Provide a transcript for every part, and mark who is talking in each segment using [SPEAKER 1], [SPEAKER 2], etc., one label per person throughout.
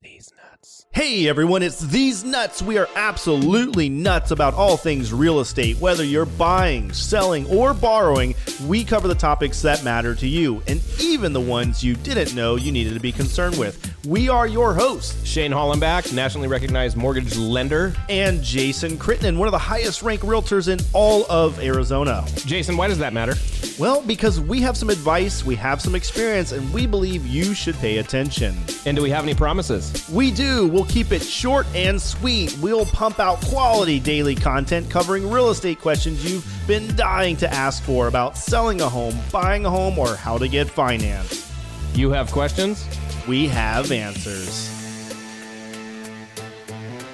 [SPEAKER 1] These nuts.
[SPEAKER 2] Hey everyone, it's These Nuts. We are absolutely nuts about all things real estate. Whether you're buying, selling, or borrowing, we cover the topics that matter to you and even the ones you didn't know you needed to be concerned with. We are your hosts
[SPEAKER 1] Shane Hollenbach, nationally recognized mortgage lender.
[SPEAKER 2] and Jason Crittenden, one of the highest ranked realtors in all of Arizona.
[SPEAKER 1] Jason, why does that matter?
[SPEAKER 2] Well, because we have some advice, we have some experience, and we believe you should pay attention.
[SPEAKER 1] And do we have any promises?
[SPEAKER 2] We do. We'll keep it short and sweet. We'll pump out quality daily content covering real estate questions you've been dying to ask for about selling a home, buying a home, or how to get financed.
[SPEAKER 1] You have questions?
[SPEAKER 2] We have answers.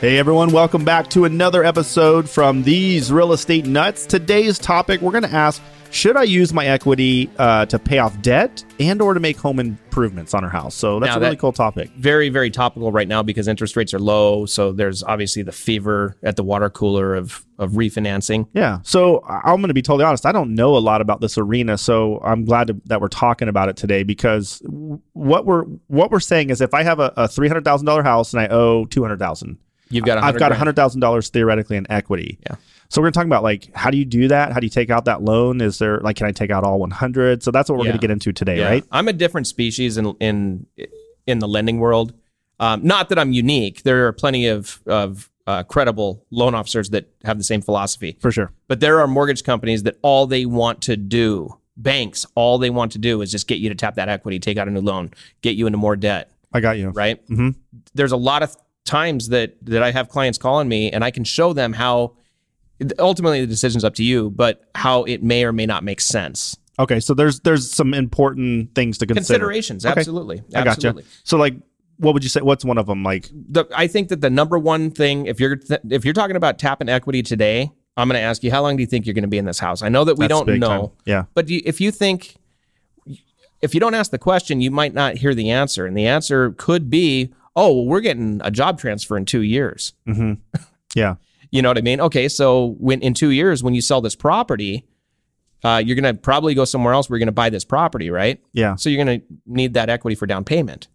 [SPEAKER 2] Hey everyone, welcome back to another episode from These Real Estate Nuts. Today's topic, we're going to ask, should I use my equity uh, to pay off debt and or to make home improvements on our house? So that's
[SPEAKER 1] Now
[SPEAKER 2] a really
[SPEAKER 1] that-
[SPEAKER 2] cool topic.
[SPEAKER 1] Very, very topical right now because interest rates are low. So there's obviously the fever at the water cooler of, of refinancing.
[SPEAKER 2] Yeah. So I- I'm going to be totally honest. I don't know a lot about this arena, so I'm glad to, that we're talking about it today because w- what we're what we're saying is if I have a, a three hundred thousand dollar house and I owe two hundred thousand,
[SPEAKER 1] You've got
[SPEAKER 2] I've got
[SPEAKER 1] grand.
[SPEAKER 2] hundred thousand dollars theoretically in equity.
[SPEAKER 1] Yeah.
[SPEAKER 2] So we're going to talk about like how do you do that? How do you take out that loan? Is there like can I take out all one hundred? So that's what we're
[SPEAKER 1] Yeah.
[SPEAKER 2] going to get into today,
[SPEAKER 1] Yeah.
[SPEAKER 2] right?
[SPEAKER 1] I'm a different species in in in the lending world. Um, not that I'm unique. There are plenty of of uh, credible loan officers that have the same philosophy.
[SPEAKER 2] For sure.
[SPEAKER 1] But there are mortgage companies that all they want to do, banks, all they want to do is just get you to tap that equity, take out a new loan, get you into more debt,
[SPEAKER 2] I got you.
[SPEAKER 1] right?
[SPEAKER 2] Mhm.
[SPEAKER 1] There's a lot of times that that I have clients calling me and I can show them how ultimately the decision's up to you, but how it may or may not make sense.
[SPEAKER 2] Okay. So there's there's some important things to consider.
[SPEAKER 1] Considerations,
[SPEAKER 2] Okay.
[SPEAKER 1] absolutely.
[SPEAKER 2] I got
[SPEAKER 1] absolutely.
[SPEAKER 2] you. So like, what would you say? What's one of them? Like,
[SPEAKER 1] the I think that the number one thing if you're th- if you're talking about tapping equity today, I'm going to ask you how long do you think you're going to be in this house? I know that we
[SPEAKER 2] that's
[SPEAKER 1] don't
[SPEAKER 2] big
[SPEAKER 1] know,
[SPEAKER 2] time. Yeah.
[SPEAKER 1] but do you, if you think if you don't ask the question, you might not hear the answer, and the answer could be, "Oh, well, we're getting a job transfer in two years."
[SPEAKER 2] hmm Yeah.
[SPEAKER 1] You know what I mean? Okay, so when in two years, when you sell this property, uh, you're going to probably go somewhere else. where you are going to buy this property, right?
[SPEAKER 2] Yeah.
[SPEAKER 1] So you're going to need that equity for down payment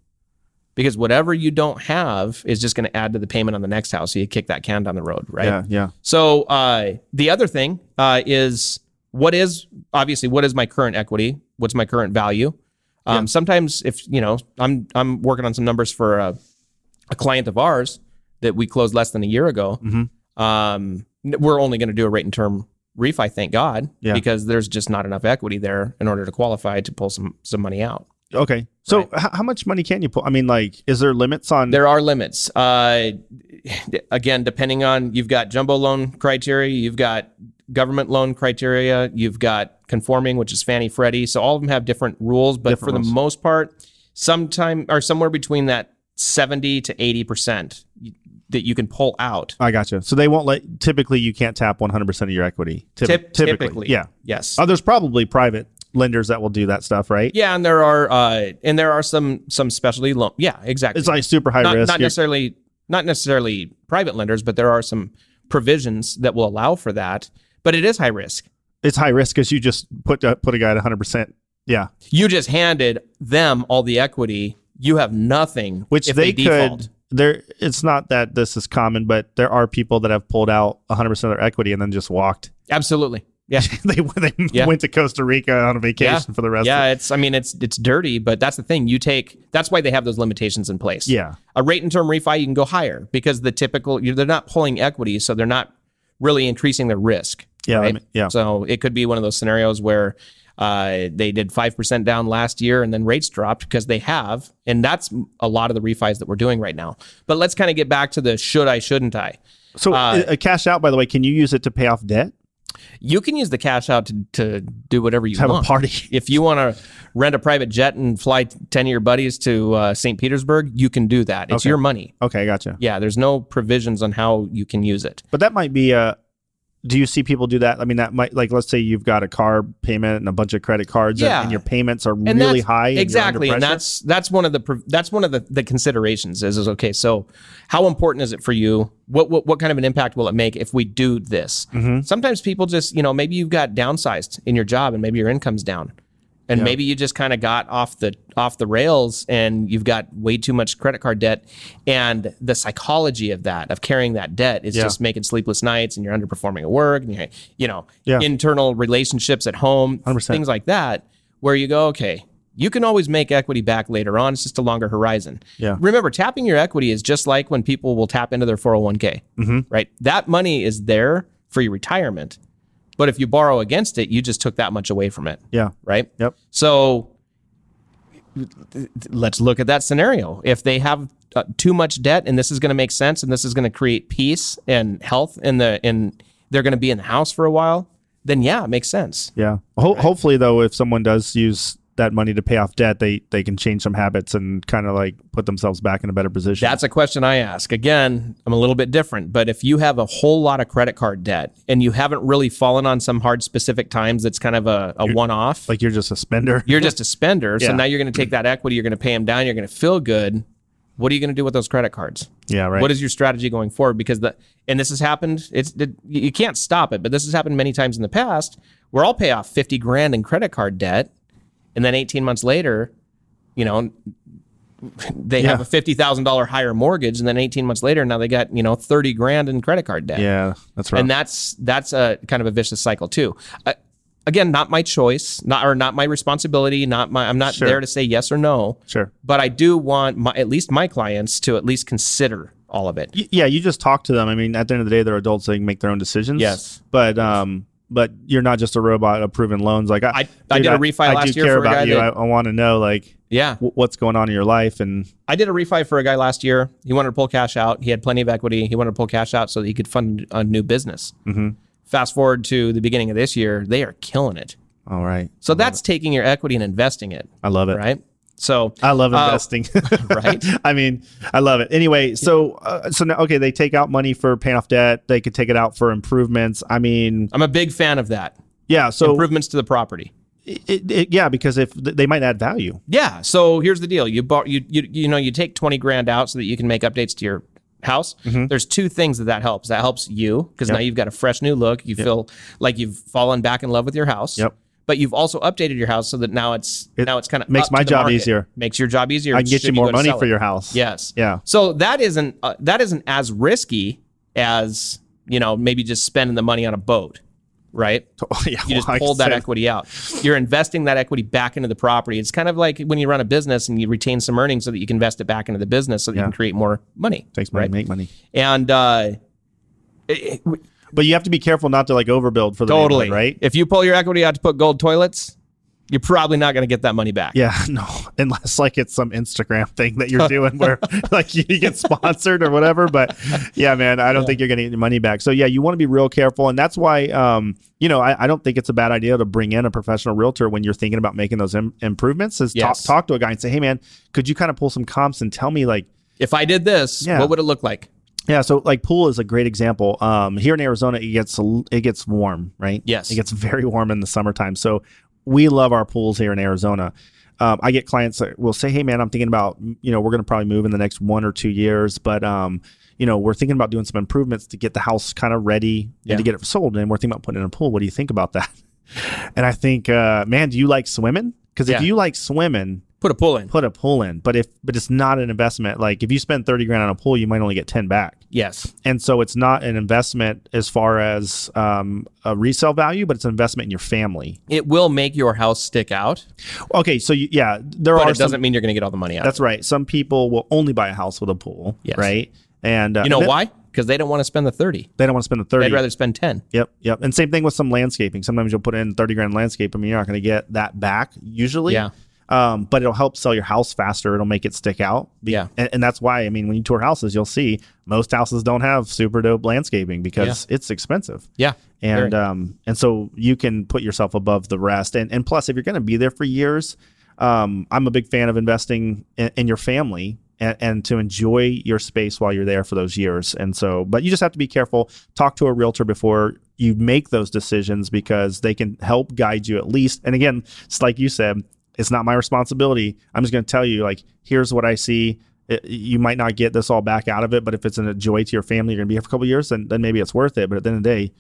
[SPEAKER 1] because whatever you don't have is just going to add to the payment on the next house. So you kick that can down the road, right?
[SPEAKER 2] Yeah. Yeah.
[SPEAKER 1] So uh, the other thing uh, is what is obviously what is my current equity? What's my current value? Um, Sometimes if you know I'm I'm working on some numbers for a, a client of ours that we closed less than a year ago.
[SPEAKER 2] Mhm.
[SPEAKER 1] Um, n- we're only going to do a rate and term refi, thank God,
[SPEAKER 2] Yeah.
[SPEAKER 1] because there's just not enough equity there in order to qualify to pull some some money out.
[SPEAKER 2] Okay. So
[SPEAKER 1] Right.
[SPEAKER 2] h- how much money can you pull? I mean, like, is there limits on?
[SPEAKER 1] There are limits. Uh, again, depending on you've got jumbo loan criteria, you've got government loan criteria, you've got conforming, which is Fannie Freddie. So all of them have different rules, but
[SPEAKER 2] Different
[SPEAKER 1] for
[SPEAKER 2] rules.
[SPEAKER 1] the most part, sometime or somewhere between that seventy to eighty percent that you can pull out.
[SPEAKER 2] I gotcha. So they won't let. Typically, you can't tap 100 percent of your equity. Typ-
[SPEAKER 1] Tip-
[SPEAKER 2] yeah.
[SPEAKER 1] Yes.
[SPEAKER 2] Oh, there's probably private lenders that will do that stuff, right?
[SPEAKER 1] yeah, and there are uh, and there are some some specialty loan. Yeah, exactly.
[SPEAKER 2] It's like super high
[SPEAKER 1] not,
[SPEAKER 2] risk.
[SPEAKER 1] not
[SPEAKER 2] You're-
[SPEAKER 1] necessarily not necessarily private lenders, but there are some provisions that will allow for that. But it is high risk.
[SPEAKER 2] it's high risk because you just put uh, put a guy at 100. percent Yeah.
[SPEAKER 1] You just handed them all the equity. You have nothing.
[SPEAKER 2] Which
[SPEAKER 1] if
[SPEAKER 2] they,
[SPEAKER 1] default.
[SPEAKER 2] could. There, it's not that this is common, but there are people that have pulled out 100 percent of their equity and then just walked.
[SPEAKER 1] absolutely. Yeah,
[SPEAKER 2] they they
[SPEAKER 1] Yeah.
[SPEAKER 2] went to Costa Rica on a vacation for the rest. Of,
[SPEAKER 1] yeah. It's I mean it's it's dirty, but that's the thing. You take that's why they have those limitations in place.
[SPEAKER 2] yeah.
[SPEAKER 1] a rate and term refi you can go higher because the typical you they're not pulling equity, so they're not really increasing their risk.
[SPEAKER 2] Yeah, that ma- yeah.
[SPEAKER 1] So it could be one of those scenarios where uh, they did five percent down last year, and then rates dropped because they have, and that's a lot of the refis that we're doing right now. But let's kind of get back to the should I, shouldn't I?
[SPEAKER 2] So
[SPEAKER 1] Uh,
[SPEAKER 2] a a cash out, by the way, can you use it to pay off debt?
[SPEAKER 1] You can use the cash out to, to do whatever you
[SPEAKER 2] To have
[SPEAKER 1] want.
[SPEAKER 2] a party?
[SPEAKER 1] If you want to rent a private jet and fly ten of your buddies to uh, St. Petersburg, you can do that. It's
[SPEAKER 2] Okay.
[SPEAKER 1] your money.
[SPEAKER 2] Okay, I gotcha.
[SPEAKER 1] Yeah, there's no provisions on how you can use it.
[SPEAKER 2] But that might be a. Do you see people do that? I mean, that might like let's say you've got a car payment and a bunch of credit cards, and-
[SPEAKER 1] Yeah.
[SPEAKER 2] and, your payments are really
[SPEAKER 1] that's-
[SPEAKER 2] high. and you're under
[SPEAKER 1] Exactly, and
[SPEAKER 2] pressure?
[SPEAKER 1] that's that's one of the pro- that's one of the, the considerations is is okay. So, how important is it for you? What what what kind of an impact will it make if we do
[SPEAKER 2] Mm-hmm.
[SPEAKER 1] this? Sometimes people just you know maybe you've got downsized in your job and maybe your income's down, and
[SPEAKER 2] Yeah.
[SPEAKER 1] maybe you just kind of got off the off the rails and you've got way too much credit card debt and the psychology of that of carrying that debt is
[SPEAKER 2] Yeah.
[SPEAKER 1] just making sleepless nights and you're underperforming at work and you you know
[SPEAKER 2] Yeah.
[SPEAKER 1] internal relationships at home
[SPEAKER 2] 100%.
[SPEAKER 1] things like that where you go okay you can always make equity back later on it's just a longer horizon
[SPEAKER 2] Yeah.
[SPEAKER 1] remember tapping your equity is just like when people will tap into their 401k right that money is there for your retirement but if you borrow against it you just took that much away from it
[SPEAKER 2] Yeah.
[SPEAKER 1] right?
[SPEAKER 2] Yep.
[SPEAKER 1] So let's look at that scenario. If they have uh, too much debt, and this is going to make sense, and this is going to create peace and health, and the and they're going to be in the house for a while, then yeah, it makes sense.
[SPEAKER 2] Yeah. Ho- Hopefully, though, if someone does use that money to pay off debt, they they can change some habits and kind of like put themselves back in a better position.
[SPEAKER 1] That's a question I ask. Again, I'm a little bit different, but if you have a whole lot of credit card debt and you haven't really fallen on some hard specific times, that's kind of a, a one off.
[SPEAKER 2] like you're just a spender.
[SPEAKER 1] you're just a spender.
[SPEAKER 2] Yeah.
[SPEAKER 1] So now you're going to take that equity, you're going to pay them down, you're going to feel good. What are you going to do with those credit cards?
[SPEAKER 2] yeah. Right.
[SPEAKER 1] What is your strategy going forward? Because the and this has happened. It's it, you can't stop it, but this has happened many times in the past where I'll pay off fifty grand in credit card debt, and then eighteen months later, you know, they have
[SPEAKER 2] Yeah.
[SPEAKER 1] a fifty thousand dollar higher mortgage, and then eighteen months later, now they got you know thirty grand in credit card debt
[SPEAKER 2] yeah. That's right.
[SPEAKER 1] and that's that's a kind of a vicious cycle too. Uh, again, not my choice, not or not my responsibility, not my. I'm not
[SPEAKER 2] Sure.
[SPEAKER 1] there to say yes or no.
[SPEAKER 2] sure.
[SPEAKER 1] But I do want my at least my clients to at least consider all of it.
[SPEAKER 2] Y- yeah. You just talk to them. I mean, at the end of the day, they're adults. They can make their own decisions.
[SPEAKER 1] Yes.
[SPEAKER 2] But um. But you're not just a robot approving loans. Like I,
[SPEAKER 1] I- I did a refi
[SPEAKER 2] I,
[SPEAKER 1] last
[SPEAKER 2] do
[SPEAKER 1] year
[SPEAKER 2] care
[SPEAKER 1] for a
[SPEAKER 2] about
[SPEAKER 1] guy
[SPEAKER 2] you.
[SPEAKER 1] that-
[SPEAKER 2] I, I want to know like
[SPEAKER 1] Yeah,
[SPEAKER 2] w- what's going on in your life and
[SPEAKER 1] I did a refi for a guy last year. He wanted to pull cash out. He had plenty of equity. He wanted to pull cash out so that he could fund a new business. Fast forward to the beginning of this year, they are killing it.
[SPEAKER 2] all right.
[SPEAKER 1] So that's taking your equity and investing it,
[SPEAKER 2] I love it.
[SPEAKER 1] right? So
[SPEAKER 2] I love
[SPEAKER 1] Uh,
[SPEAKER 2] investing.
[SPEAKER 1] right?
[SPEAKER 2] I mean, I love it. Anyway, so uh, so now okay, they take out money for paying off debt. They could take it out for improvements. I mean,
[SPEAKER 1] I'm a big fan of that.
[SPEAKER 2] yeah. So
[SPEAKER 1] Improvements to the property.
[SPEAKER 2] it, it, yeah, because if th- they might add value.
[SPEAKER 1] Yeah. So here's the deal: you bought you you you know you take twenty grand out so that you can make updates to your house.
[SPEAKER 2] Mm-hmm.
[SPEAKER 1] There's two things that that helps. That helps you because now you've got a fresh new look. You feel like you've fallen back in love with your house.
[SPEAKER 2] Yep.
[SPEAKER 1] But you've also updated your house so that now it's
[SPEAKER 2] It
[SPEAKER 1] now it's kind of
[SPEAKER 2] makes my job easier.
[SPEAKER 1] Makes your job easier.
[SPEAKER 2] I can get
[SPEAKER 1] should
[SPEAKER 2] you more
[SPEAKER 1] go to
[SPEAKER 2] money
[SPEAKER 1] sell
[SPEAKER 2] for
[SPEAKER 1] it.
[SPEAKER 2] your house.
[SPEAKER 1] Yes.
[SPEAKER 2] Yeah.
[SPEAKER 1] So that isn't uh, that isn't as risky as you know maybe just spending the money on a boat, right?
[SPEAKER 2] yeah.
[SPEAKER 1] You just
[SPEAKER 2] well, I
[SPEAKER 1] pulled that
[SPEAKER 2] said-
[SPEAKER 1] equity out. You're investing that equity back into the property. It's kind of like when you run a business and you retain some earnings so that you can invest it back into the business so that
[SPEAKER 2] Yeah.
[SPEAKER 1] you can create more money.
[SPEAKER 2] Takes money,
[SPEAKER 1] right?
[SPEAKER 2] to make money.
[SPEAKER 1] And uh, it- it-
[SPEAKER 2] But you have to be careful not to like overbuild for the
[SPEAKER 1] totally
[SPEAKER 2] neighborhood, right?
[SPEAKER 1] If you pull your equity out to put gold toilets, you're probably not going to get that money back.
[SPEAKER 2] Yeah, no, unless like it's some Instagram thing that you're doing where like you get sponsored or whatever. But yeah, man, I don't think you're going to get your money back. So yeah, you want to be real careful. And that's why, um, you know, I, I don't think it's a bad idea to bring in a professional realtor when you're thinking about making those Im- improvements is
[SPEAKER 1] Yes.
[SPEAKER 2] talk, talk to a guy and say, hey, man, could you kind of pull some comps and tell me like,
[SPEAKER 1] If I did this,
[SPEAKER 2] Yeah.
[SPEAKER 1] what would it look like?
[SPEAKER 2] yeah, so like pool is a great example. Um, here in Arizona, it gets a l- it gets warm, right?
[SPEAKER 1] Yes.
[SPEAKER 2] it gets very warm in the summertime. So we love our pools here in Arizona. Um, I get clients that will say, "Hey, man, I'm thinking about you know we're going to probably move in the next one or two years, but um, you know we're thinking about doing some improvements to get the house kind of ready
[SPEAKER 1] Yeah.
[SPEAKER 2] and to get it sold, and we're thinking about putting in a pool. What do you think about that?" And I think, uh, man, do you like swimming? Because if
[SPEAKER 1] Yeah.
[SPEAKER 2] you like swimming,
[SPEAKER 1] Put a pull in.
[SPEAKER 2] put a pool in. But if but it's not an investment. Like if you spend thirty grand on a pool, you might only get ten back
[SPEAKER 1] Yes.
[SPEAKER 2] and so it's not an investment as far as um, a resale value, but it's an investment in your family.
[SPEAKER 1] It will make your house stick out,
[SPEAKER 2] Okay, so you, yeah, there
[SPEAKER 1] but
[SPEAKER 2] are
[SPEAKER 1] it doesn't
[SPEAKER 2] some.
[SPEAKER 1] mean you're going to get all the money out.
[SPEAKER 2] That's right. Some people will only buy a house with a pool,
[SPEAKER 1] Yes.
[SPEAKER 2] right? And uh,
[SPEAKER 1] you know
[SPEAKER 2] they,
[SPEAKER 1] why? Because they don't want to spend the 30.
[SPEAKER 2] They don't want to spend the
[SPEAKER 1] They'd
[SPEAKER 2] thirty.
[SPEAKER 1] rather spend 10.
[SPEAKER 2] Yep, yep. And same thing with some landscaping. Sometimes you'll put in thirty grand landscape. I mean, you're not going to get that back usually.
[SPEAKER 1] Yeah.
[SPEAKER 2] Um, but it'll help sell your house faster. It'll make it stick out. Be-
[SPEAKER 1] Yeah.
[SPEAKER 2] And, and that's why I mean, when you tour houses, you'll see most houses don't have super dope landscaping because it's expensive.
[SPEAKER 1] Yeah.
[SPEAKER 2] and
[SPEAKER 1] Very.
[SPEAKER 2] um and so you can put yourself above the rest and and plus if you're going to be there for years um i'm a big fan of investing in, in your family and, and to enjoy your space while you're there for those years and so but you just have to be careful talk to a realtor before you make those decisions because they can help guide you at least and again it's like you said it's not my responsibility i'm just going to tell you like here's what i see it, you might not get this all back out of it, but if it's an, a joy to your family, you're gonna be here for a couple of years, then, then maybe it's worth it. But at the end of the day,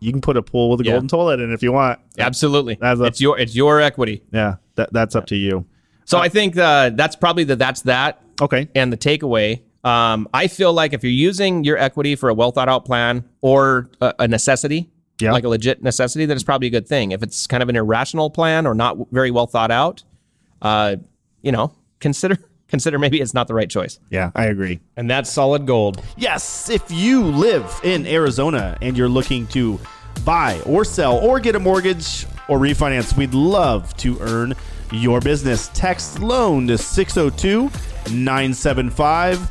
[SPEAKER 2] you can put a pool with a
[SPEAKER 1] Yeah.
[SPEAKER 2] golden toilet in if you want.
[SPEAKER 1] Absolutely.
[SPEAKER 2] That's a-
[SPEAKER 1] it's your it's your equity.
[SPEAKER 2] Yeah, that, that's up to you.
[SPEAKER 1] So I think uh, that's probably the that's that
[SPEAKER 2] Okay.
[SPEAKER 1] and the takeaway. Um, I feel like if you're using your equity for a well thought out plan or a, a necessity,
[SPEAKER 2] Yeah.
[SPEAKER 1] like a legit necessity, that is probably a good thing. If it's kind of an irrational plan or not w- very well thought out, uh, you know, consider consider maybe it's not the right choice.
[SPEAKER 2] Yeah, I agree.
[SPEAKER 3] And that's solid gold.
[SPEAKER 2] Yes, if you live in Arizona and you're looking to buy or sell or get a mortgage or refinance, we'd love to earn your business. Text loan to 602 975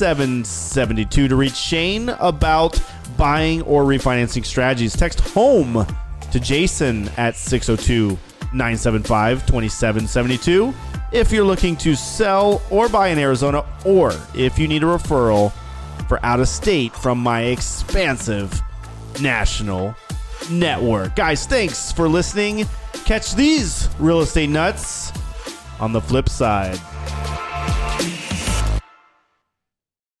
[SPEAKER 2] 2772 to reach Shane about buying or refinancing strategies. Text home to Jason at 602 975 2772 if you're looking to sell or buy in Arizona or if you need a referral for out of state from my expansive national network. Guys, thanks for listening. Catch these real estate nuts on the flip side.